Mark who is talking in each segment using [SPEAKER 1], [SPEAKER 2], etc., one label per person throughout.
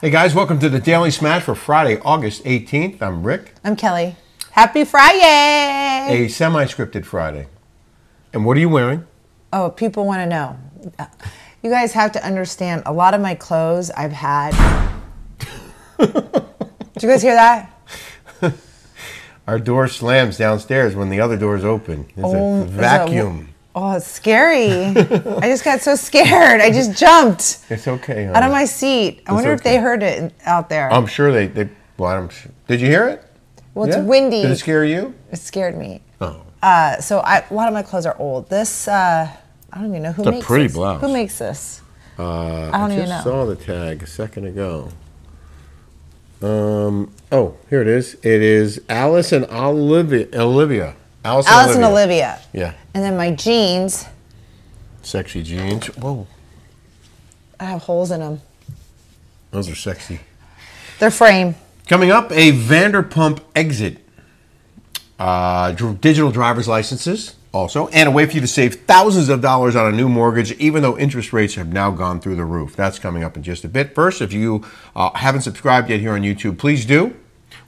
[SPEAKER 1] Hey guys, welcome to the Daily Smash for Friday, August 18th. I'm Rick,
[SPEAKER 2] I'm Kelly. Happy Friday!
[SPEAKER 1] a semi scripted Friday. And what are you wearing?
[SPEAKER 2] Oh, people want to know. You guys have to understand. A lot of my clothes I've had. Did you guys hear that?
[SPEAKER 1] Our door slams downstairs when the other door is open. There's a
[SPEAKER 2] There's Oh, a-
[SPEAKER 1] vacuum.
[SPEAKER 2] Oh, it's scary. I just got so scared. I just jumped
[SPEAKER 1] It's okay. Honey.
[SPEAKER 2] out of my seat. I wonder if
[SPEAKER 1] okay.
[SPEAKER 2] they heard it out there.
[SPEAKER 1] I'm sure they. they well, I'm sure. Did you hear it?
[SPEAKER 2] well, it's
[SPEAKER 1] Yeah?
[SPEAKER 2] windy.
[SPEAKER 1] Did it scare you?
[SPEAKER 2] It scared me.
[SPEAKER 1] Oh.
[SPEAKER 2] Uh, so I, a lot of my clothes are old. This, uh, I don't even know who
[SPEAKER 1] It's a
[SPEAKER 2] makes
[SPEAKER 1] pretty
[SPEAKER 2] this.
[SPEAKER 1] blouse.
[SPEAKER 2] Who makes this?
[SPEAKER 1] Uh,
[SPEAKER 2] I don't even
[SPEAKER 1] just
[SPEAKER 2] know.
[SPEAKER 1] saw the tag a second ago. Um. Oh, here it is. It is Alice and Olivia. Olivia. Alice,
[SPEAKER 2] Alice and Olivia.
[SPEAKER 1] Yeah.
[SPEAKER 2] And then my jeans.
[SPEAKER 1] Sexy jeans. Whoa,
[SPEAKER 2] I have holes in them.
[SPEAKER 1] those are sexy.
[SPEAKER 2] They're frame.
[SPEAKER 1] Coming up, a Vanderpump exit. Uh, dr- digital driver's licenses also, and a way for you to save thousands of dollars on a new mortgage, even though interest rates have now gone through the roof. That's coming up in just a bit. First, if you uh, haven't subscribed yet here on YouTube, please do.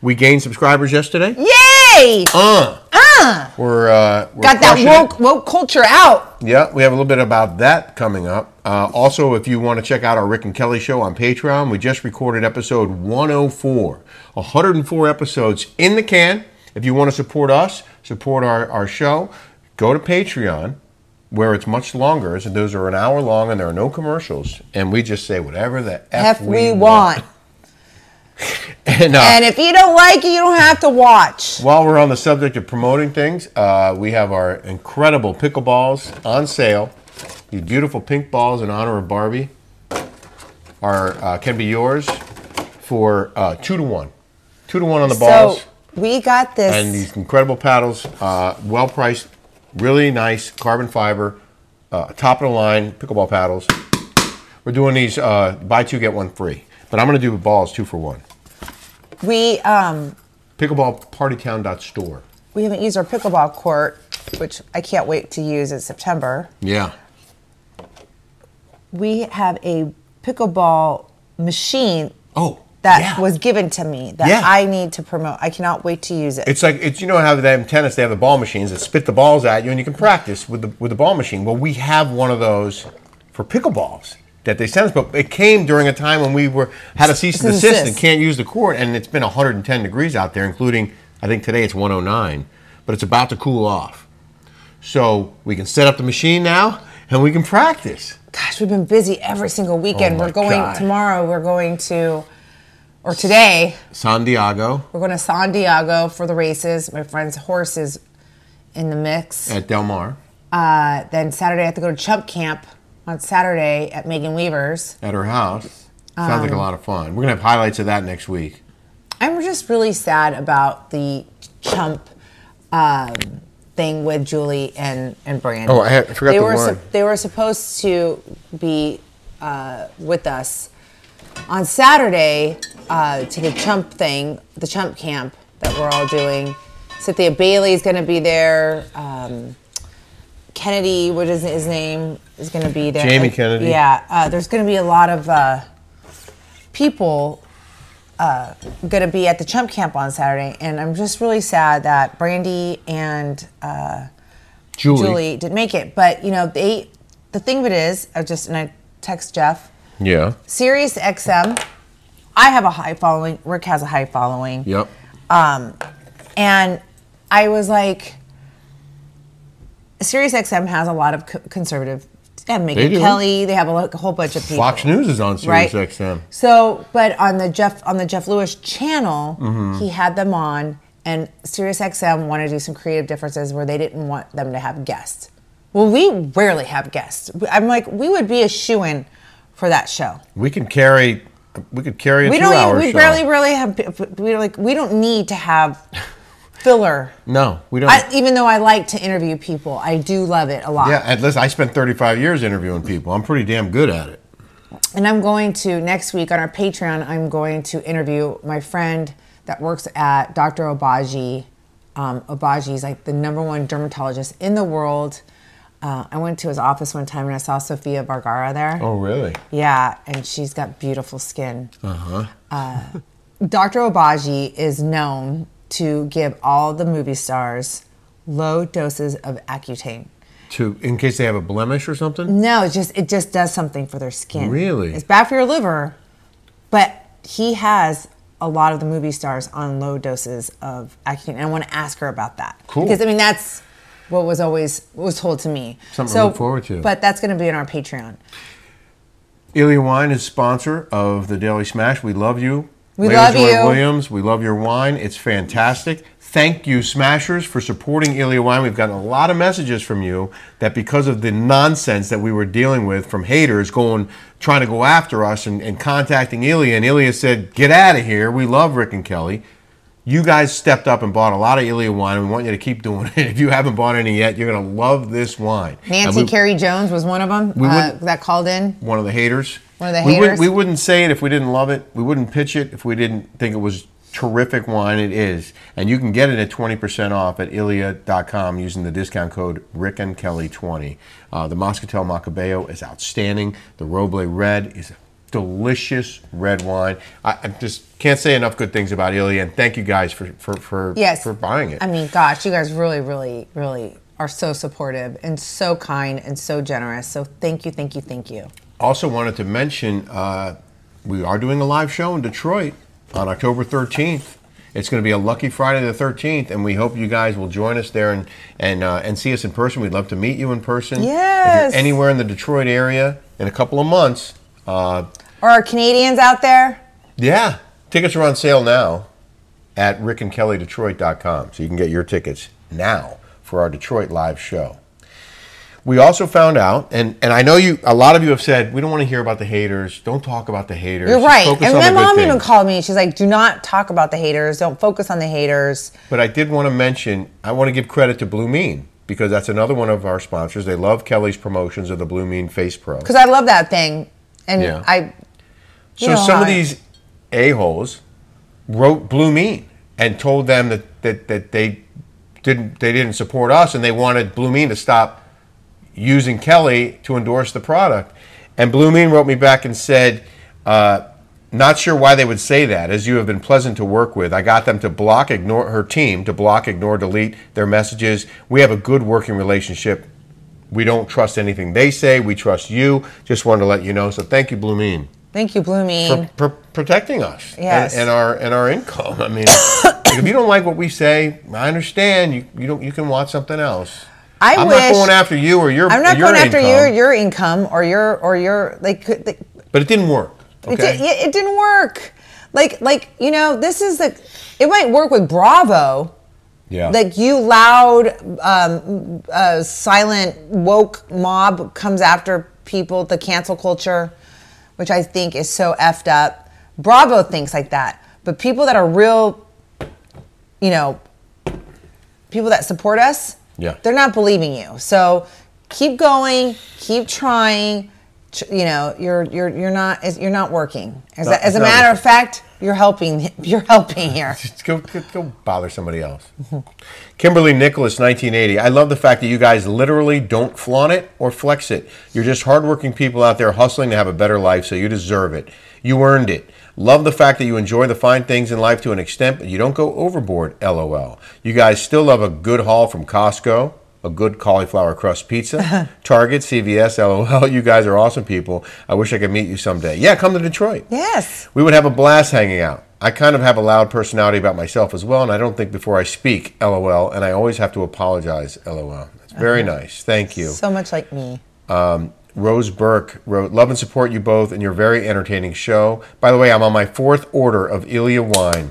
[SPEAKER 1] We gained subscribers yesterday.
[SPEAKER 2] Yay!
[SPEAKER 1] Uh, We're, uh, we're
[SPEAKER 2] Uh. Got
[SPEAKER 1] crushing it.
[SPEAKER 2] that woke woke culture out.
[SPEAKER 1] Yeah, we have a little bit about that coming up. Uh, also, if you want to check out our Rick and Kelly show on Patreon, we just recorded episode 104. 104 episodes in the can. If you want to support us, support our, our show, go to Patreon, where it's much longer. So those are an hour long and there are no commercials. And we just say whatever the F,
[SPEAKER 2] If we want.
[SPEAKER 1] And, uh,
[SPEAKER 2] And if you don't like it, you don't have to watch.
[SPEAKER 1] While we're on the subject of promoting things, uh, we have our incredible pickleballs on sale. These beautiful pink balls in honor of Barbie are uh, can be yours for uh, two to one, two to one on the balls,
[SPEAKER 2] So we got this.
[SPEAKER 1] and these incredible paddles, uh, well priced, really nice carbon fiber, uh, top of the line pickleball paddles. We're doing these uh, buy two get one free, but I'm going to do balls two for one.
[SPEAKER 2] we um
[SPEAKER 1] Pickleballpartytown.store.
[SPEAKER 2] we haven't used our pickleball court, which I can't wait to use in September.
[SPEAKER 1] Yeah.
[SPEAKER 2] We have a pickleball machine
[SPEAKER 1] Oh.
[SPEAKER 2] that
[SPEAKER 1] yeah.
[SPEAKER 2] was given to me that
[SPEAKER 1] Yeah.
[SPEAKER 2] I need to promote. I cannot wait to use it.
[SPEAKER 1] It's like it's you know how they have in tennis they have the ball machines that spit the balls at you and you can practice with the with the ball machine. Well, we have one of those for pickleballs that they sent us, but it came during a time when we were had a cease and
[SPEAKER 2] Cease and
[SPEAKER 1] desist and
[SPEAKER 2] desist.
[SPEAKER 1] can't use the court, and it's been 110 degrees out there, including I think today it's 109, but it's about to cool off. So we can set up the machine now and we can practice.
[SPEAKER 2] Gosh, we've been busy every single weekend.
[SPEAKER 1] Oh my
[SPEAKER 2] we're going
[SPEAKER 1] God.
[SPEAKER 2] tomorrow. We're going to, or today,
[SPEAKER 1] San Diego
[SPEAKER 2] we're going to San Diego for the races. My friend's horse is in the mix.
[SPEAKER 1] at Del Mar
[SPEAKER 2] Uh, then Saturday, I have to go to Chump Camp on Saturday at Megan Weaver's.
[SPEAKER 1] at her house. Sounds
[SPEAKER 2] Um,
[SPEAKER 1] like a lot of fun. We're gonna have highlights of that next week.
[SPEAKER 2] I'm just really sad about the Chump um, thing with Julie and and Brandon.
[SPEAKER 1] Oh, I had- I forgot
[SPEAKER 2] they
[SPEAKER 1] the
[SPEAKER 2] were
[SPEAKER 1] wine.
[SPEAKER 2] they were supposed to be uh, with us on Saturday uh, to the Chump thing, the Chump camp that we're all doing. Cynthia Bailey is going to be there. Um, Kennedy, what is his name, is going to be there.
[SPEAKER 1] Jamie Kennedy.
[SPEAKER 2] Yeah, uh, there's going to be a lot of uh, people going to be at the Chump Camp on Saturday, and I'm just really sad that Brandy and uh, Julie didn't make it. But you know, they the thing of it is, I just and I text Jeff,
[SPEAKER 1] Yeah.
[SPEAKER 2] Sirius XM. I have a high following. Rick has a high following. Um,
[SPEAKER 1] Yep.
[SPEAKER 2] And I was like, Sirius XM has a lot of co- conservative. They have Megan
[SPEAKER 1] do.
[SPEAKER 2] Kelly. They have a, lo- a whole bunch of people.
[SPEAKER 1] Fox News is on Sirius XM.
[SPEAKER 2] So, but on the Jeff on the Jeff Lewis channel,
[SPEAKER 1] Mm-hmm.
[SPEAKER 2] he had them on, and SiriusXM wanted to do some creative differences where they didn't want them to have guests. Well, we rarely have guests. I'm like, we would be a shoe in for that show.
[SPEAKER 1] We can carry. We could carry a
[SPEAKER 2] We don't.
[SPEAKER 1] two-hour
[SPEAKER 2] Even, we
[SPEAKER 1] show.
[SPEAKER 2] barely, really have. We're like, we don't need to have filler.
[SPEAKER 1] No, we don't.
[SPEAKER 2] I, even though I like to interview people, I do love it a lot.
[SPEAKER 1] yeah, at least I spent 35 years interviewing people. I'm pretty damn good at it.
[SPEAKER 2] And I'm going to next week on our Patreon. I'm going to interview my friend that works at Dr. Obaji. Um, Obaji is like the number one dermatologist in the world. Uh, I went to his office one time and I saw Sofia Vergara there.
[SPEAKER 1] Oh, really?
[SPEAKER 2] Yeah, and she's got beautiful skin. Uh-huh. Dr. Obaji is known to give all the movie stars low doses of Accutane.
[SPEAKER 1] To in case they have a blemish or something.
[SPEAKER 2] No, it just it just does something for their skin.
[SPEAKER 1] Really?
[SPEAKER 2] It's bad for your liver, but he has a lot of the movie stars on low doses of Accutane. And I want to ask her about that.
[SPEAKER 1] Cool.
[SPEAKER 2] Because I mean that's what was always what was told to me.
[SPEAKER 1] Something to look forward to.
[SPEAKER 2] But that's going to be in our Patreon.
[SPEAKER 1] Ilya Wine is sponsor of the Daily Smash. We love you.
[SPEAKER 2] We
[SPEAKER 1] Lady
[SPEAKER 2] love
[SPEAKER 1] Joy
[SPEAKER 2] you.
[SPEAKER 1] Williams, we love your wine. It's fantastic. Thank you, Smashers, for supporting Ilya Wine. We've gotten a lot of messages from you that because of the nonsense that we were dealing with from haters going, trying to go after us and, and contacting Ilya, and Ilya said, Get out of here. We love Rick and Kelly. You guys stepped up and bought a lot of Ilya wine, and we want you to keep doing it. If you haven't bought any yet, you're going to love this wine. And
[SPEAKER 2] Nancy
[SPEAKER 1] we-
[SPEAKER 2] Carey Jones was one of them uh,
[SPEAKER 1] wouldn't-
[SPEAKER 2] that called in.
[SPEAKER 1] one of the haters.
[SPEAKER 2] One of the
[SPEAKER 1] we Wouldn't,
[SPEAKER 2] haters?
[SPEAKER 1] we wouldn't say it if we didn't love it. We wouldn't pitch it if we didn't think it was terrific wine. It is. And you can get it at 20% off at ilia.com using the discount code Rick and Kelly 20. Uh, the Moscatel Macabeo is outstanding. The Roble Red is a delicious red wine. I, I just can't say enough good things about Ilia. And thank you guys for, for, for,
[SPEAKER 2] Yes.
[SPEAKER 1] for buying it.
[SPEAKER 2] I mean, gosh, you guys really, really, really are so supportive and so kind and so generous. So thank you, thank you, thank you.
[SPEAKER 1] Also wanted to mention uh, we are doing a live show in Detroit on October 13th. It's going to be a lucky Friday the 13th, and we hope you guys will join us there and and uh, and see us in person. We'd love to meet you in person. If
[SPEAKER 2] Yes.
[SPEAKER 1] you're anywhere in the Detroit area in a couple of months, uh,
[SPEAKER 2] Or our Canadians out there,
[SPEAKER 1] yeah, tickets are on sale now at rickandkellydetroit.com. So you can get your tickets now for our Detroit live show. We also found out, and, and I know you, a lot of you have said, we don't want to hear about the haters. Don't talk about the haters.
[SPEAKER 2] you're
[SPEAKER 1] Just
[SPEAKER 2] right.
[SPEAKER 1] focus
[SPEAKER 2] And
[SPEAKER 1] on
[SPEAKER 2] my
[SPEAKER 1] the good
[SPEAKER 2] mom even
[SPEAKER 1] things."
[SPEAKER 2] called me. She's like, "Do not talk about the haters. Don't focus on the haters."
[SPEAKER 1] But I did want to mention, I want to give credit to Blue Mean because that's another one of our sponsors. They love Kelly's promotions of the Blue Mean Face Pro.
[SPEAKER 2] Because I love that thing, and
[SPEAKER 1] Yeah.
[SPEAKER 2] I
[SPEAKER 1] So
[SPEAKER 2] know
[SPEAKER 1] some
[SPEAKER 2] how
[SPEAKER 1] of
[SPEAKER 2] I-
[SPEAKER 1] these a-holes wrote Blue Mean and told them that, that, that they didn't they didn't support us and they wanted Blue Mean to stop using Kelly to endorse the product. And Blue Mean wrote me back and said, uh, not sure why they would say that, as you have been pleasant to work with. I got them to block, ignore her team to block, ignore, delete their messages. We have a good working relationship. We don't trust anything they say. We trust you. Just wanted to let you know. So thank you, Blue Mean
[SPEAKER 2] thank you, Blue Mean.
[SPEAKER 1] for, for protecting us and-
[SPEAKER 2] Yes.
[SPEAKER 1] and, our and our income. I mean, like, if you don't like what we say, I understand. You you don't you can watch something else.
[SPEAKER 2] I
[SPEAKER 1] am
[SPEAKER 2] wish
[SPEAKER 1] not going after you or your.
[SPEAKER 2] I'm not
[SPEAKER 1] your
[SPEAKER 2] going after your
[SPEAKER 1] income,
[SPEAKER 2] your income or your or your like. could- like
[SPEAKER 1] But it didn't work. Okay.
[SPEAKER 2] It, did, yeah, it didn't work. Like, like you know, this is the. It might work with Bravo,
[SPEAKER 1] yeah.
[SPEAKER 2] like you loud, um, uh, silent, woke mob comes after people. The cancel culture, which I think is so effed up. Bravo thinks like that, but people that are real, you know, people that support us,
[SPEAKER 1] Yeah.
[SPEAKER 2] they're not believing you. So keep going, keep trying. Tr- You know, you're you're you're not is- you're not working. As,
[SPEAKER 1] No,
[SPEAKER 2] a, as a
[SPEAKER 1] it's not
[SPEAKER 2] matter of
[SPEAKER 1] working.
[SPEAKER 2] fact, you're helping. You're helping here.
[SPEAKER 1] Just go, go, go bother somebody else. Kimberly Nicholas, 1980. I love the fact that you guys literally don't flaunt it or flex it. You're just hardworking people out there hustling to have a better life, so you deserve it. You earned it. Love the fact that you enjoy the fine things in life to an extent, but you don't go overboard, lol. You guys still love a good haul from Costco, a good cauliflower crust pizza, Target, CVS, lol. You guys are awesome people. I wish I could meet you someday. Yeah, come to Detroit.
[SPEAKER 2] Yes.
[SPEAKER 1] We would have a blast hanging out. I kind of have a loud personality about myself as well, and I don't think before I speak, lol, and I always have to apologize, lol. That's very
[SPEAKER 2] Uh-huh.
[SPEAKER 1] nice. Thank you.
[SPEAKER 2] So much like me.
[SPEAKER 1] Rose Burke wrote, Love and support you both and your very entertaining show. By the way, I'm on my fourth order of Ilya wine.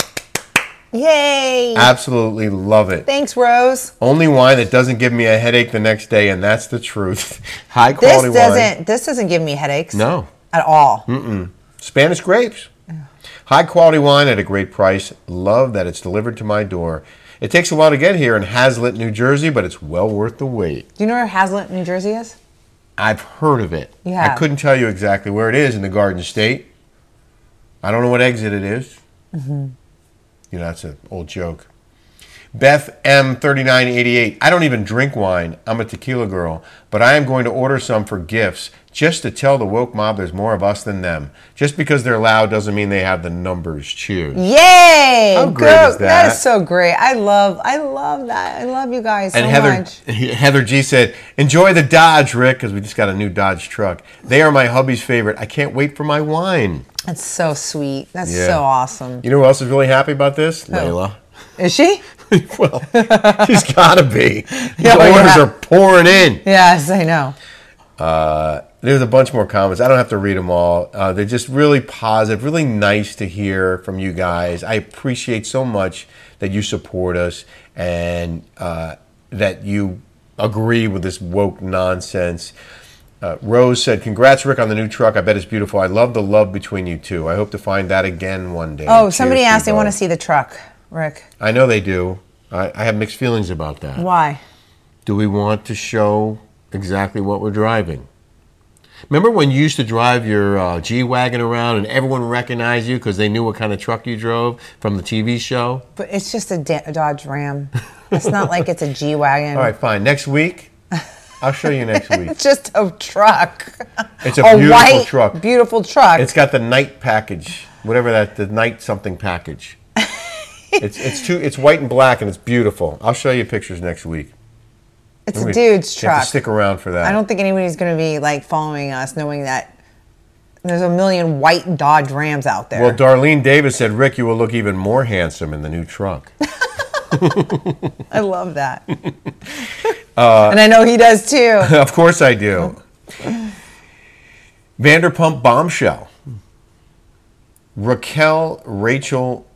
[SPEAKER 2] Yay!
[SPEAKER 1] Ah. Absolutely love it.
[SPEAKER 2] Thanks, Rose.
[SPEAKER 1] Only wine that doesn't give me a headache the next day, and that's the truth. High
[SPEAKER 2] This
[SPEAKER 1] quality wine.
[SPEAKER 2] doesn't this doesn't give me headaches.
[SPEAKER 1] No. Hmm.
[SPEAKER 2] At all.
[SPEAKER 1] Spanish grapes. High quality wine at a great price. Love that it's delivered to my door. It takes a while to get here in Hazlitt, New Jersey, but it's well worth the wait.
[SPEAKER 2] Do you know where Hazlet, New Jersey is?
[SPEAKER 1] I've heard of it.
[SPEAKER 2] You
[SPEAKER 1] I
[SPEAKER 2] have.
[SPEAKER 1] couldn't tell you exactly where it is in the Garden State.
[SPEAKER 2] Mm-hmm.
[SPEAKER 1] I don't know what exit it is. You know, that's an old joke. Beth M3988. I don't even drink wine. I'm a tequila girl, but I am going to order some for gifts just to tell the woke mob there's more of us than them. Just because they're loud doesn't mean they have the numbers. Cheers.
[SPEAKER 2] Yay!
[SPEAKER 1] How great
[SPEAKER 2] Go-
[SPEAKER 1] is
[SPEAKER 2] That
[SPEAKER 1] that?
[SPEAKER 2] is so great. I love, I love that. I love you guys so
[SPEAKER 1] and Heather
[SPEAKER 2] much.
[SPEAKER 1] Heather G said, "Enjoy the Dodge, Rick, because we just got a new Dodge truck. They are my hubby's favorite. I can't wait for my wine."
[SPEAKER 2] That's so sweet. That's
[SPEAKER 1] Yeah.
[SPEAKER 2] so awesome.
[SPEAKER 1] You know who else is really happy about this? Layla.
[SPEAKER 2] Is she?
[SPEAKER 1] well, she's got to be. The
[SPEAKER 2] Oh,
[SPEAKER 1] orders
[SPEAKER 2] yeah.
[SPEAKER 1] are pouring in. Uh,
[SPEAKER 2] Yes, I know.
[SPEAKER 1] There's a bunch more comments. I don't have to read them all. Uh, they're just really positive, really nice to hear from you guys. I appreciate so much that you support us and uh, that you agree with this woke nonsense. Uh, Rose said, Congrats, Rick, on the new truck. I bet it's beautiful. I love the love between you two. I hope to find that again one day.
[SPEAKER 2] Oh, somebody
[SPEAKER 1] Cheers
[SPEAKER 2] asked they
[SPEAKER 1] you
[SPEAKER 2] want to
[SPEAKER 1] both."
[SPEAKER 2] see the truck, Rick.
[SPEAKER 1] I know they do. I, I have mixed feelings about that.
[SPEAKER 2] Why?
[SPEAKER 1] Do we want to show exactly what we're driving? Remember when you used to drive your uh, G Wagon around and everyone recognized you because they knew what kind of truck you drove from the TV show?
[SPEAKER 2] But it's just a, da- a Dodge Ram. It's not like it's a G wagon.
[SPEAKER 1] All right, fine. Next week, I'll show you next week.
[SPEAKER 2] It's just a truck.
[SPEAKER 1] It's a beautiful
[SPEAKER 2] white,
[SPEAKER 1] truck.
[SPEAKER 2] Beautiful truck.
[SPEAKER 1] It's got the night package, whatever that, the night something package. It's, it's, too, it's white and black and it's beautiful. I'll show you pictures next week.
[SPEAKER 2] It's a dude's
[SPEAKER 1] You have
[SPEAKER 2] truck.
[SPEAKER 1] to stick around for that.
[SPEAKER 2] I don't think anybody's going to be like following us knowing that there's a million white Dodge Rams out there.
[SPEAKER 1] Well, Darlene Davis said, Rick, you will look even more handsome in the new truck.
[SPEAKER 2] I love that. and I know he does too.
[SPEAKER 1] of course I do. Vanderpump Bombshell. Raquel Rachel.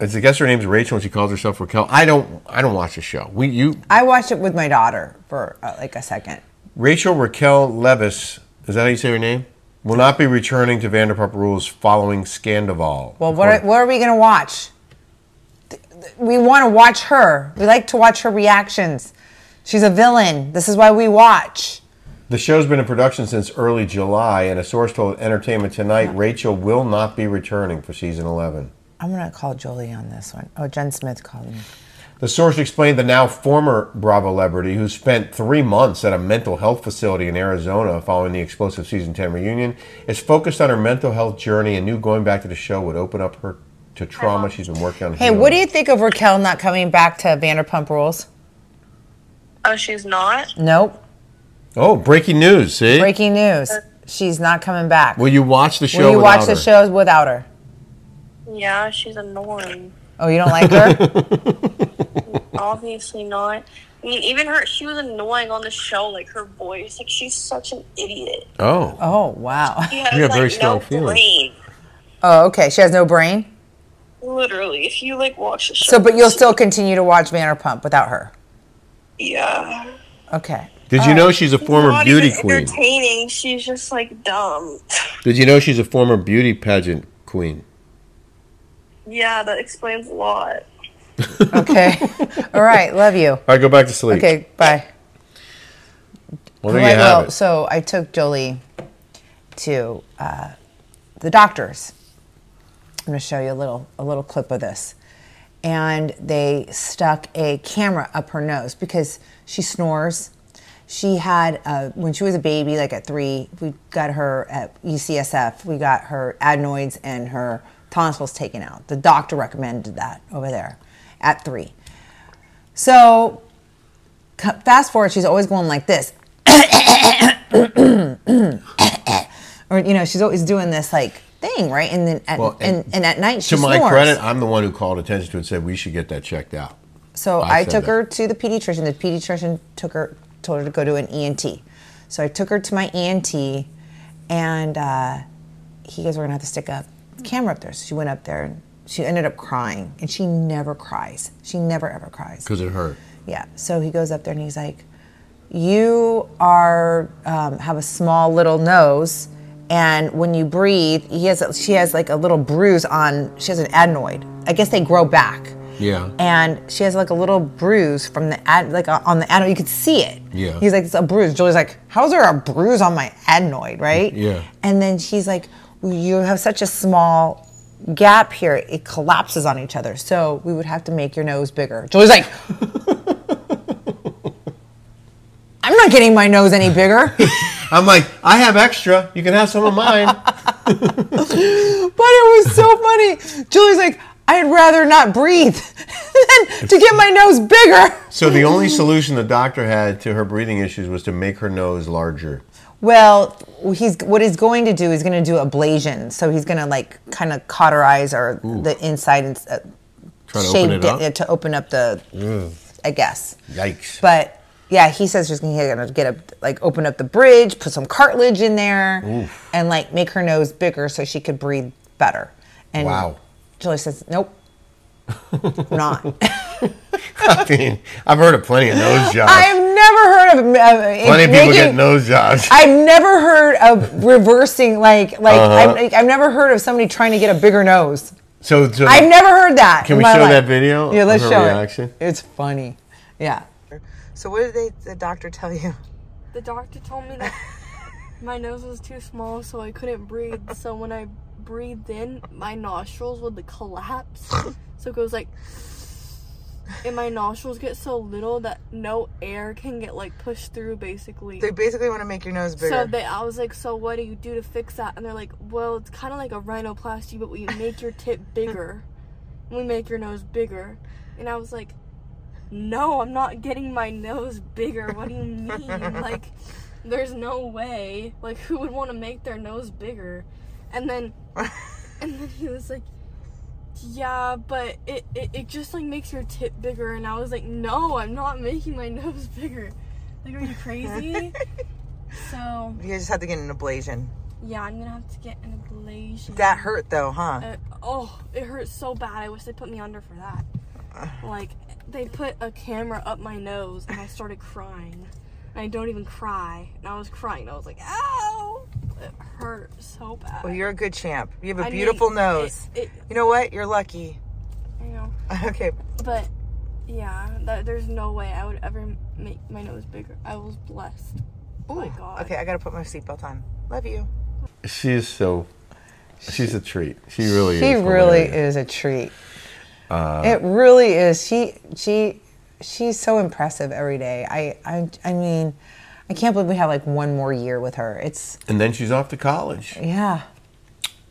[SPEAKER 1] I guess her name's Rachel, and she calls herself Raquel. I don't. I don't watch the show. We you
[SPEAKER 2] I watched it with my daughter for uh, like a second.
[SPEAKER 1] Rachel Raquel Levis. Is that how you say her name? Will not be returning to Vanderpump Rules following Scandival.
[SPEAKER 2] Well, what are, what are we going to watch? Th- th- We want to watch her. We like to watch her reactions. She's a villain. This is why we watch.
[SPEAKER 1] The show's been in production since early July, and a source told Entertainment Tonight Rachel will not be returning for season 11.
[SPEAKER 2] I'm going to call Jolie on this one. Oh, Jen Smith called me.
[SPEAKER 1] The source explained the now former Bravo celebrity, who spent three months at a mental health facility in Arizona following the explosive season 10 reunion, is focused on her mental health journey and knew going back to the show would open up her to trauma she's been working on.
[SPEAKER 2] Hey, what do you think of Raquel not coming back to Vanderpump Rules?
[SPEAKER 3] Oh, she's not?
[SPEAKER 2] Nope.
[SPEAKER 1] Oh, breaking news! See,
[SPEAKER 2] Breaking news. She's not coming back.
[SPEAKER 1] will you watch the show?
[SPEAKER 2] Will you
[SPEAKER 1] without
[SPEAKER 2] watch
[SPEAKER 1] her?
[SPEAKER 2] the shows without her?
[SPEAKER 3] Yeah, she's annoying.
[SPEAKER 2] Oh, you don't like her?
[SPEAKER 3] Obviously not. I mean, even her, she was annoying on the show, like her voice. Like, she's such an idiot.
[SPEAKER 1] Oh,
[SPEAKER 2] oh, wow.
[SPEAKER 3] She has,
[SPEAKER 1] You have
[SPEAKER 3] like,
[SPEAKER 1] very
[SPEAKER 3] no
[SPEAKER 1] strong feelings.
[SPEAKER 3] brain.
[SPEAKER 2] Oh, okay. She has no brain.
[SPEAKER 3] Literally, if you, like, watch the show.
[SPEAKER 2] So, but you'll still continue to watch Vanderpump without her.
[SPEAKER 3] Yeah.
[SPEAKER 2] Okay.
[SPEAKER 1] did you know she's a former
[SPEAKER 3] Not
[SPEAKER 1] beauty
[SPEAKER 3] even
[SPEAKER 1] queen?
[SPEAKER 3] entertaining. She's just, like, dumb.
[SPEAKER 1] Did you know she's a former beauty pageant queen?
[SPEAKER 3] yeah, that explains a lot.
[SPEAKER 2] Okay. All right. Love you.
[SPEAKER 1] All right, go back to sleep.
[SPEAKER 2] Okay. Bye.
[SPEAKER 1] well, there
[SPEAKER 2] Right,
[SPEAKER 1] you have
[SPEAKER 2] well,
[SPEAKER 1] it.
[SPEAKER 2] so I took Jolie to uh, the doctor's. I'm going to show you a little a little clip of this, and they stuck a camera up her nose because she snores. She had uh, when she was a baby, like at three, we got her at E UCSF. We got her adenoids and her tonsils taken out. The doctor recommended that over there at three. So cu- fast forward, she's always going like this. or, you know, she's always doing this like thing, right? And then at,
[SPEAKER 1] Well,
[SPEAKER 2] and,
[SPEAKER 1] and
[SPEAKER 2] and, at night, she
[SPEAKER 1] to my
[SPEAKER 2] snores.
[SPEAKER 1] credit, I'm the one who called attention to it and said we should get that checked out.
[SPEAKER 2] So
[SPEAKER 1] I
[SPEAKER 2] I,
[SPEAKER 1] said
[SPEAKER 2] took
[SPEAKER 1] that.
[SPEAKER 2] her to the pediatrician. The pediatrician took her, told her to go to an ENT. So I took her to my ENT, and uh, he goes, "We're gonna have to stick a camera up there." So she went up there, and she ended up crying, and she never cries. She never ever cries.
[SPEAKER 1] Because it hurt.
[SPEAKER 2] Yeah. So he goes up there and he's like, "You are um, have a small little nose, and when you breathe, he has a, she has like a little bruise on. She has an adenoid. I guess they grow back.
[SPEAKER 1] Yeah.
[SPEAKER 2] And she has like a little bruise from the ad, like uh, on the adenoid. You could see it.
[SPEAKER 1] Yeah.
[SPEAKER 2] He's like, it's a bruise. Julie's like, how's there a bruise on my adenoid, right?
[SPEAKER 1] Yeah.
[SPEAKER 2] And then she's like, you have such a small gap here, it collapses on each other. So we would have to make your nose bigger. Joey's like, I'm not getting my nose any bigger.
[SPEAKER 1] I'm like, I have extra. You can have some of mine.
[SPEAKER 2] But it was so funny. Julie's like, I'd rather not breathe than to get my nose bigger.
[SPEAKER 1] so the only solution the doctor had to her breathing issues was to make her nose larger.
[SPEAKER 2] Well, he's what he's going to do is going to do ablation. So he's going to like kind of cauterize or the inside and uh,
[SPEAKER 1] Try to
[SPEAKER 2] shave
[SPEAKER 1] open it
[SPEAKER 2] da-
[SPEAKER 1] up.
[SPEAKER 2] yeah, to open up the. I guess.
[SPEAKER 1] Yikes.
[SPEAKER 2] But yeah, he says he's going to get a like open up the bridge, put some cartilage in there, and like make her nose bigger so she could breathe better. And
[SPEAKER 1] Wow.
[SPEAKER 2] Julie says, "Nope, not."
[SPEAKER 1] I mean, I've heard of plenty of nose jobs.
[SPEAKER 2] I've never heard of uh,
[SPEAKER 1] plenty of people get
[SPEAKER 2] making-
[SPEAKER 1] nose jobs.
[SPEAKER 2] I've never heard of reversing like like
[SPEAKER 1] Uh-huh.
[SPEAKER 2] I've, like, I've never heard of somebody trying to get a bigger nose.
[SPEAKER 1] so, so
[SPEAKER 2] I've never heard that.
[SPEAKER 1] Can
[SPEAKER 2] in
[SPEAKER 1] we
[SPEAKER 2] my
[SPEAKER 1] show
[SPEAKER 2] life.
[SPEAKER 1] that video
[SPEAKER 2] Yeah,
[SPEAKER 1] of
[SPEAKER 2] let's
[SPEAKER 1] her
[SPEAKER 2] show
[SPEAKER 1] reaction?
[SPEAKER 2] it. It's funny. Yeah. So what did they the doctor tell you?
[SPEAKER 4] The doctor told me that my nose was too small, so I couldn't breathe. So when I breathed in, my nostrils would collapse. So it goes like, and my nostrils get so little that no air can get like pushed through, basically.
[SPEAKER 2] basically want to make your nose
[SPEAKER 4] so they, I was like, so what do you do to fix that? And they're like, well, it's kind of like a rhinoplasty, but we make your tip bigger. We make your nose bigger. And I was like, no, I'm not getting my nose bigger. What do you mean? like, there's no way. Like, who would want to make their nose bigger? And then, and then he was like, yeah, but it, it, it just like makes your tip bigger. And I was like, no, I'm not making my nose bigger. Like, are you crazy? so,
[SPEAKER 5] You just have to get an ablation.
[SPEAKER 4] yeah, I'm gonna have to get an ablation.
[SPEAKER 5] That hurt though, huh?
[SPEAKER 4] Uh, oh, it hurts so bad. I wish they put me under for that. Like, they put a camera up my nose and I started crying. And I don't even cry. And I was crying. I was like, ow! It hurt so bad.
[SPEAKER 5] well, oh, you're a good champ. You have a
[SPEAKER 4] I mean,
[SPEAKER 5] beautiful
[SPEAKER 4] it-
[SPEAKER 5] nose.
[SPEAKER 4] It,
[SPEAKER 5] you know what? You're lucky.
[SPEAKER 4] you know.
[SPEAKER 5] Okay.
[SPEAKER 4] But, yeah, that, there's no way I would ever make my nose bigger. I was blessed. Oh my
[SPEAKER 5] Ooh,
[SPEAKER 4] god.
[SPEAKER 5] Okay, I gotta put my seatbelt on. Love you.
[SPEAKER 1] She's so. She's a treat. She really
[SPEAKER 2] She
[SPEAKER 1] is.
[SPEAKER 2] really
[SPEAKER 1] hilarious. Uh,
[SPEAKER 2] is a treat. it really is. She she she's so impressive every day. I I I mean, I can't believe we have like one more year with her. It's
[SPEAKER 1] And then she's off to college.
[SPEAKER 2] yeah.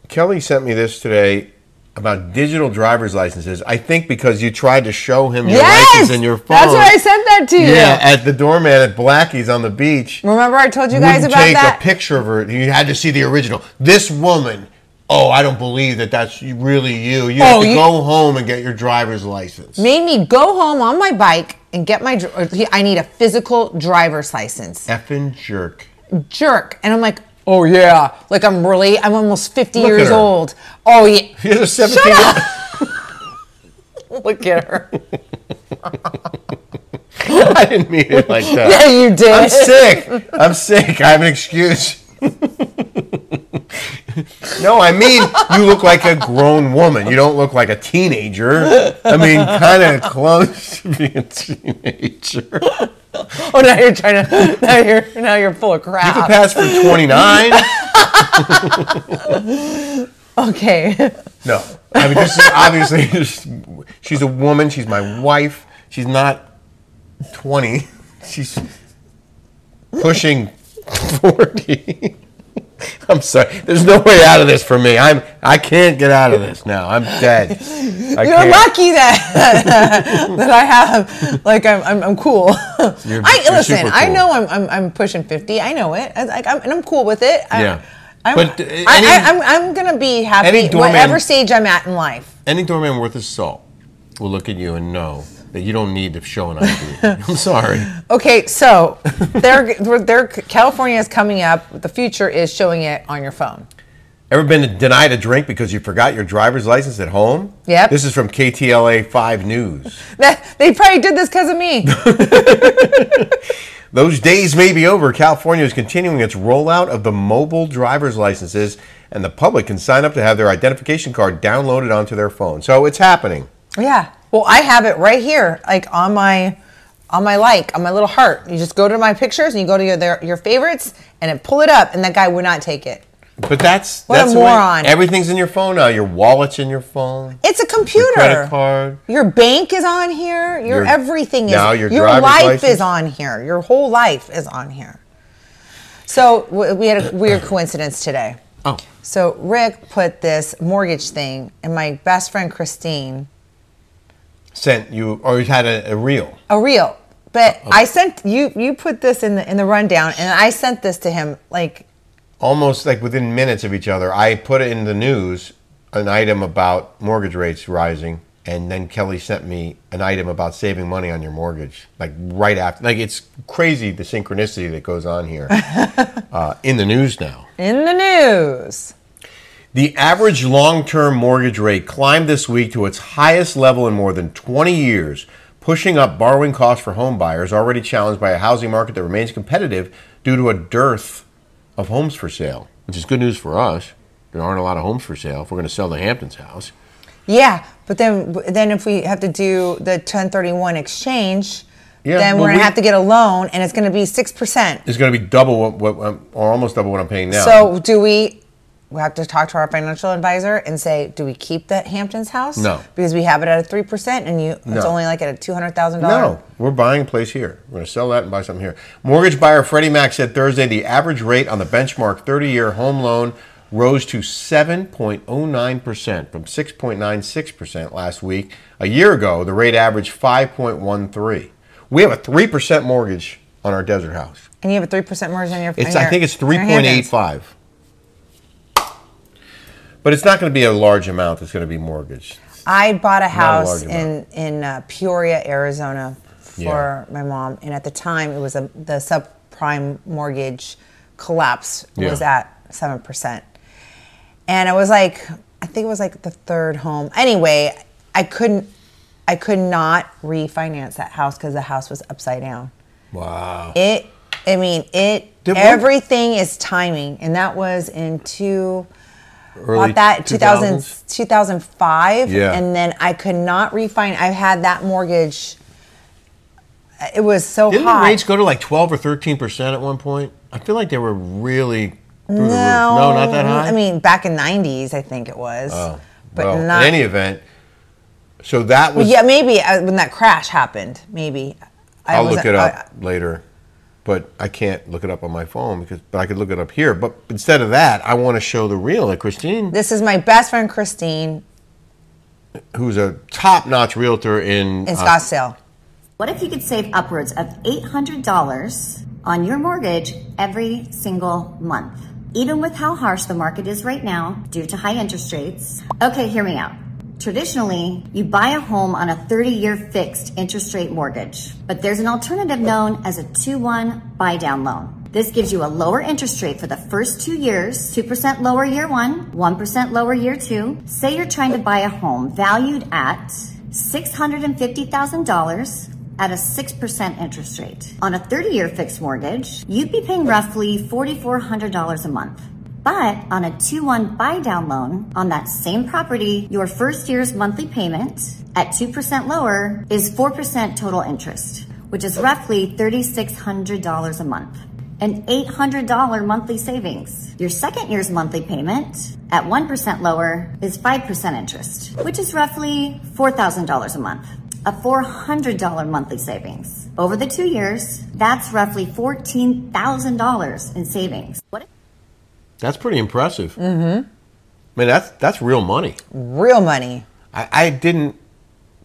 [SPEAKER 1] Kelly sent me this today about digital driver's licenses. I think because you tried to show him your license in your phone.
[SPEAKER 2] That's why I sent that to you.
[SPEAKER 1] Yeah, at the doorman at Blackie's on the beach.
[SPEAKER 2] Remember I told you guys
[SPEAKER 1] wouldn't
[SPEAKER 2] about
[SPEAKER 1] take
[SPEAKER 2] that?
[SPEAKER 1] a picture of her. You had to see the original. This woman. Oh, I don't believe that that's really you. You have
[SPEAKER 2] Oh,
[SPEAKER 1] to
[SPEAKER 2] you-
[SPEAKER 1] go home and get your driver's license.
[SPEAKER 2] Made me go home on my bike and get my. dr- or he- I need a physical driver's license.
[SPEAKER 1] Effing jerk.
[SPEAKER 2] Jerk, and I'm like, oh yeah, like I'm really, I'm almost 50
[SPEAKER 1] Look at
[SPEAKER 2] years
[SPEAKER 1] her.
[SPEAKER 2] old. Oh yeah.
[SPEAKER 1] He has a 17
[SPEAKER 2] Look at her.
[SPEAKER 1] I didn't mean it like
[SPEAKER 2] yeah,
[SPEAKER 1] that.
[SPEAKER 2] you did.
[SPEAKER 1] I'm sick. I'm sick. I have an excuse. no, I mean, you look like a grown woman. You don't look like a teenager. I mean, kind of close to being a teenager. You
[SPEAKER 2] Oh, now you're trying to. Now you're now you're full of
[SPEAKER 1] can
[SPEAKER 2] crap.
[SPEAKER 1] pass for 29.
[SPEAKER 2] okay.
[SPEAKER 1] No. I mean, this is obviously, just- she's a woman. She's my wife. She's not 20. She's pushing 40. I'm sorry. There's no way out of this for me. I'm I can't get out of this now. I'm dead. I
[SPEAKER 2] You're
[SPEAKER 1] can't.
[SPEAKER 2] lucky that that I have like I'm I'm, I'm cool.
[SPEAKER 1] You're-
[SPEAKER 2] I
[SPEAKER 1] you're
[SPEAKER 2] listen.
[SPEAKER 1] super
[SPEAKER 2] I
[SPEAKER 1] cool.
[SPEAKER 2] know I'm, I'm I'm pushing fifty. I know it. I, like I'm, and I'm cool with it. I,
[SPEAKER 1] Yeah.
[SPEAKER 2] I'm,
[SPEAKER 1] But, uh,
[SPEAKER 2] I,
[SPEAKER 1] any-
[SPEAKER 2] I, am I'm gonna be happy
[SPEAKER 1] any doorman-
[SPEAKER 2] whatever stage I'm at in life.
[SPEAKER 1] Any doorman worth his salt will look at you and know that you don't need to show an ID. I'm sorry.
[SPEAKER 2] Okay, so they're, they're California is coming up. The future is showing it on your phone.
[SPEAKER 1] Ever been denied a drink because you forgot your driver's license at home?
[SPEAKER 2] Yep.
[SPEAKER 1] This is from KTLA 5 News.
[SPEAKER 2] That, they probably did this because of me.
[SPEAKER 1] Those days may be over. California is continuing its rollout of the mobile driver's licenses, and the public can sign up to have their identification card downloaded onto their phone. So it's happening.
[SPEAKER 2] Yeah. Well, I have it right here, like on my on my like on my little heart. You just go to my pictures and you go to your their, your favorites and then pull it up, and that guy would not take it.
[SPEAKER 1] But that's
[SPEAKER 2] What a
[SPEAKER 1] that's the way-
[SPEAKER 2] moron.
[SPEAKER 1] everything's in your phone now. Your wallet's in your phone.
[SPEAKER 2] It's a computer.
[SPEAKER 1] credit card.
[SPEAKER 2] Your bank is on here. Your,
[SPEAKER 1] Your-
[SPEAKER 2] everything is.
[SPEAKER 1] now your driver's
[SPEAKER 2] life
[SPEAKER 1] license.
[SPEAKER 2] is on here. Your whole life is on here. So w- we had a weird coincidence today.
[SPEAKER 1] Oh.
[SPEAKER 2] So Rick put this mortgage thing, and my best friend Christine,
[SPEAKER 1] Sent you or you had a, a reel.
[SPEAKER 2] a reel. But
[SPEAKER 1] Oh,
[SPEAKER 2] I sent you. You put this in the in the rundown, and I sent this to him like
[SPEAKER 1] Almost like within minutes of each other, I put in the news an item about mortgage rates rising, and then Kelly sent me an item about saving money on your mortgage. Like right after, like it's crazy the synchronicity that goes on here uh, in the news now.
[SPEAKER 2] in the news.
[SPEAKER 1] The average long term mortgage rate climbed this week to its highest level in more than 20 years, pushing up borrowing costs for home buyers already challenged by a housing market that remains competitive due to a dearth of homes for sale, which is good news for us. There aren't a lot of homes for sale if we're going to sell the Hamptons house.
[SPEAKER 2] Yeah, but then then if we have to do the 1031 exchange,
[SPEAKER 1] Yeah,
[SPEAKER 2] then
[SPEAKER 1] well,
[SPEAKER 2] we're gonna
[SPEAKER 1] we-
[SPEAKER 2] have to get a loan, and it's gonna be six percent.
[SPEAKER 1] It's going to be double what, what, um, or almost double what I'm paying now.
[SPEAKER 2] So do we? We have to talk to our financial advisor and say, do we keep the Hamptons house?
[SPEAKER 1] No.
[SPEAKER 2] because we have it at a three percent, and you it's
[SPEAKER 1] No.
[SPEAKER 2] only like at a two hundred thousand
[SPEAKER 1] No, we're buying a place here. We're going to sell that and buy something here. Mortgage buyer Freddie Mac said Thursday the average rate on the benchmark 30 year home loan rose to 7.09% from 6.96% last week. A year ago, the rate averaged 5.13. We have a 3% mortgage on our desert house.
[SPEAKER 2] and you have a three percent margin on your.
[SPEAKER 1] It's,
[SPEAKER 2] on
[SPEAKER 1] I
[SPEAKER 2] your-
[SPEAKER 1] think it's
[SPEAKER 2] on your Hamptons.
[SPEAKER 1] 3.85. But it's not going to be a large amount that's going to be mortgaged.
[SPEAKER 2] I bought a
[SPEAKER 1] large
[SPEAKER 2] house in
[SPEAKER 1] amount.
[SPEAKER 2] in uh, Peoria, Arizona, for my mom, and at the time it was a the subprime mortgage collapse was
[SPEAKER 1] Yeah.
[SPEAKER 2] at seven percent, and it was like I think it was like the third home. Anyway, I couldn't I could not refinance that house because the house was upside down.
[SPEAKER 1] Wow.
[SPEAKER 2] It I mean it.
[SPEAKER 1] Did one-
[SPEAKER 2] everything is timing, and that was in two
[SPEAKER 1] Early
[SPEAKER 2] bought that 2000,
[SPEAKER 1] 2000s?
[SPEAKER 2] 2005
[SPEAKER 1] Yeah.
[SPEAKER 2] and then i could not refinance i've had that mortgage it was so
[SPEAKER 1] Didn't
[SPEAKER 2] hot
[SPEAKER 1] the rates go to like 12 or 13 percent at one point? I feel like they were really through the
[SPEAKER 2] no,
[SPEAKER 1] roof. No, not that high.
[SPEAKER 2] i mean back in 90s i think it was
[SPEAKER 1] Oh,
[SPEAKER 2] but
[SPEAKER 1] well,
[SPEAKER 2] not
[SPEAKER 1] in any event. So that was.
[SPEAKER 2] yeah maybe uh, when that crash happened maybe I
[SPEAKER 1] I'll look
[SPEAKER 2] wasn't-
[SPEAKER 1] it up
[SPEAKER 2] I-
[SPEAKER 1] later, but I can't look it up on my phone because. But I could look it up here. But instead of that, I want to show the reel that Christine,
[SPEAKER 2] this is my best friend christine
[SPEAKER 1] who's a top-notch realtor in,
[SPEAKER 2] in
[SPEAKER 1] uh,
[SPEAKER 2] scottsdale
[SPEAKER 6] What if you could save upwards of $800 on your mortgage every single month? Even with how harsh the market is right now due to high interest rates. Okay, hear me out. Traditionally, you buy a home on a 30 year fixed interest rate mortgage, but there's an alternative known as a 2 1 buy down loan. This gives you a lower interest rate for the first two years, 2% lower year one, 1% lower year two. Say you're trying to buy a home valued at $650,000 at a 6% interest rate. On a 30 year fixed mortgage, you'd be paying roughly $4,400 a month. But on a 2 1 buy down loan on that same property, your first year's monthly payment at 2% lower is 4% total interest, which is roughly $3,600 a month an $800 monthly savings. Your second year's monthly payment at 1% lower is 5% interest, which is roughly $4,000 a month. A $400 monthly savings. Over the two years, that's roughly $14,000 in savings. What
[SPEAKER 1] That's pretty impressive. Mm-hmm. Man, that's that's real money.
[SPEAKER 2] real money
[SPEAKER 1] I, I didn't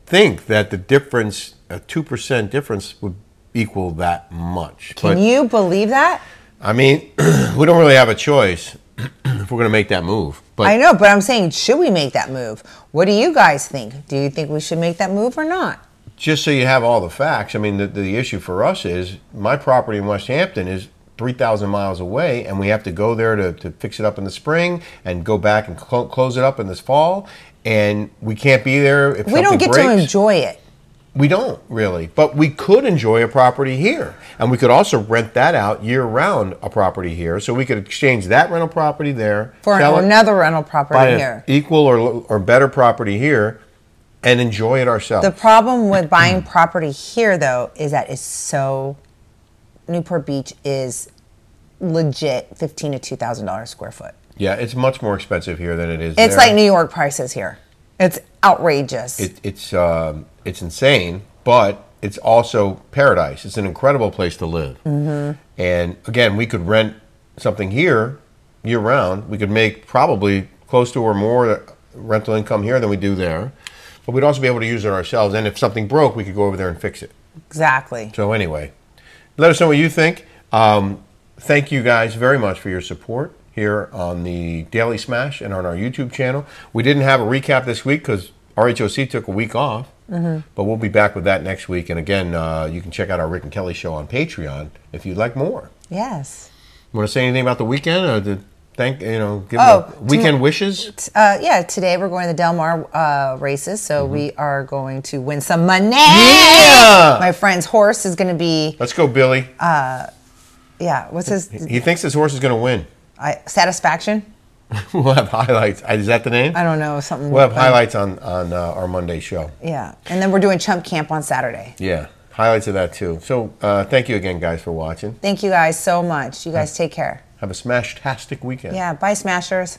[SPEAKER 1] think that the difference, a two percent difference, would equal that much.
[SPEAKER 2] can you believe that
[SPEAKER 1] I mean, we don't really have a choice if we're going to make that move. But
[SPEAKER 2] i know but i'm saying should we make that move what do you guys think do you think we should make that move or not
[SPEAKER 1] just so you have all the facts, I mean, the, the issue for us is my property in West Hampton is 3,000 miles away, and we have to go there to, to fix it up in the spring and go back and clo- close it up in this fall. And we can't be there if
[SPEAKER 2] we don't
[SPEAKER 1] something
[SPEAKER 2] get to
[SPEAKER 1] breaks.
[SPEAKER 2] enjoy it
[SPEAKER 1] We don't really, but we could enjoy a property here, and we could also rent that out year round. A property here, so we could exchange that rental property there
[SPEAKER 2] for
[SPEAKER 1] sell it,
[SPEAKER 2] another rental
[SPEAKER 1] buy
[SPEAKER 2] property
[SPEAKER 1] an
[SPEAKER 2] here.
[SPEAKER 1] equal or or better property here, and enjoy it ourselves.
[SPEAKER 2] The problem with buying property here, though, is that it's so Newport Beach is legit fifteen to two thousand dollars square foot.
[SPEAKER 1] Yeah, it's much more expensive here than it is.
[SPEAKER 2] It's
[SPEAKER 1] there.
[SPEAKER 2] like New York prices here. It's outrageous.
[SPEAKER 1] it, it's um it's insane, but it's also paradise. It's an incredible place to live. Mm-hmm. And again, we could rent something here year round. We could make probably close to or more rental income here than we do there. But we'd also be able to use it ourselves. And if something broke, we could go over there and fix it.
[SPEAKER 2] exactly.
[SPEAKER 1] So anyway, let us know what you think. Um, thank you guys very much for your support here on the Daily Smash and on our YouTube channel. We didn't have a recap this week because RHOC took a week off,
[SPEAKER 2] Mm-hmm.
[SPEAKER 1] but we'll be back with that next week. And again, uh, you can check out our Rick and Kelly show on Patreon if you'd like more.
[SPEAKER 2] Yes.
[SPEAKER 1] Want to say anything about the weekend or the thank you know give
[SPEAKER 2] Oh,
[SPEAKER 1] them weekend wishes?
[SPEAKER 2] Uh, yeah, today we're going to the Del Mar uh, races, so
[SPEAKER 1] Mm-hmm.
[SPEAKER 2] we are going to win some money.
[SPEAKER 1] Yeah!
[SPEAKER 2] My friend's horse is going to be,
[SPEAKER 1] Let's go, Billy.
[SPEAKER 2] Um, yeah, what's his?
[SPEAKER 1] he thinks his horse is going to win.
[SPEAKER 2] I, satisfaction?
[SPEAKER 1] we'll have highlights. Is that the name?
[SPEAKER 2] I don't know, something.
[SPEAKER 1] We'll have highlights on on uh, our Monday show.
[SPEAKER 2] Yeah. And then we're doing Chump Camp on Saturday.
[SPEAKER 1] Yeah, highlights of that too. So uh, thank you again, guys, for watching.
[SPEAKER 2] Thank you guys so much. You guys take care.
[SPEAKER 1] Have a smash-tastic weekend.
[SPEAKER 2] Yeah, bye, Smashers.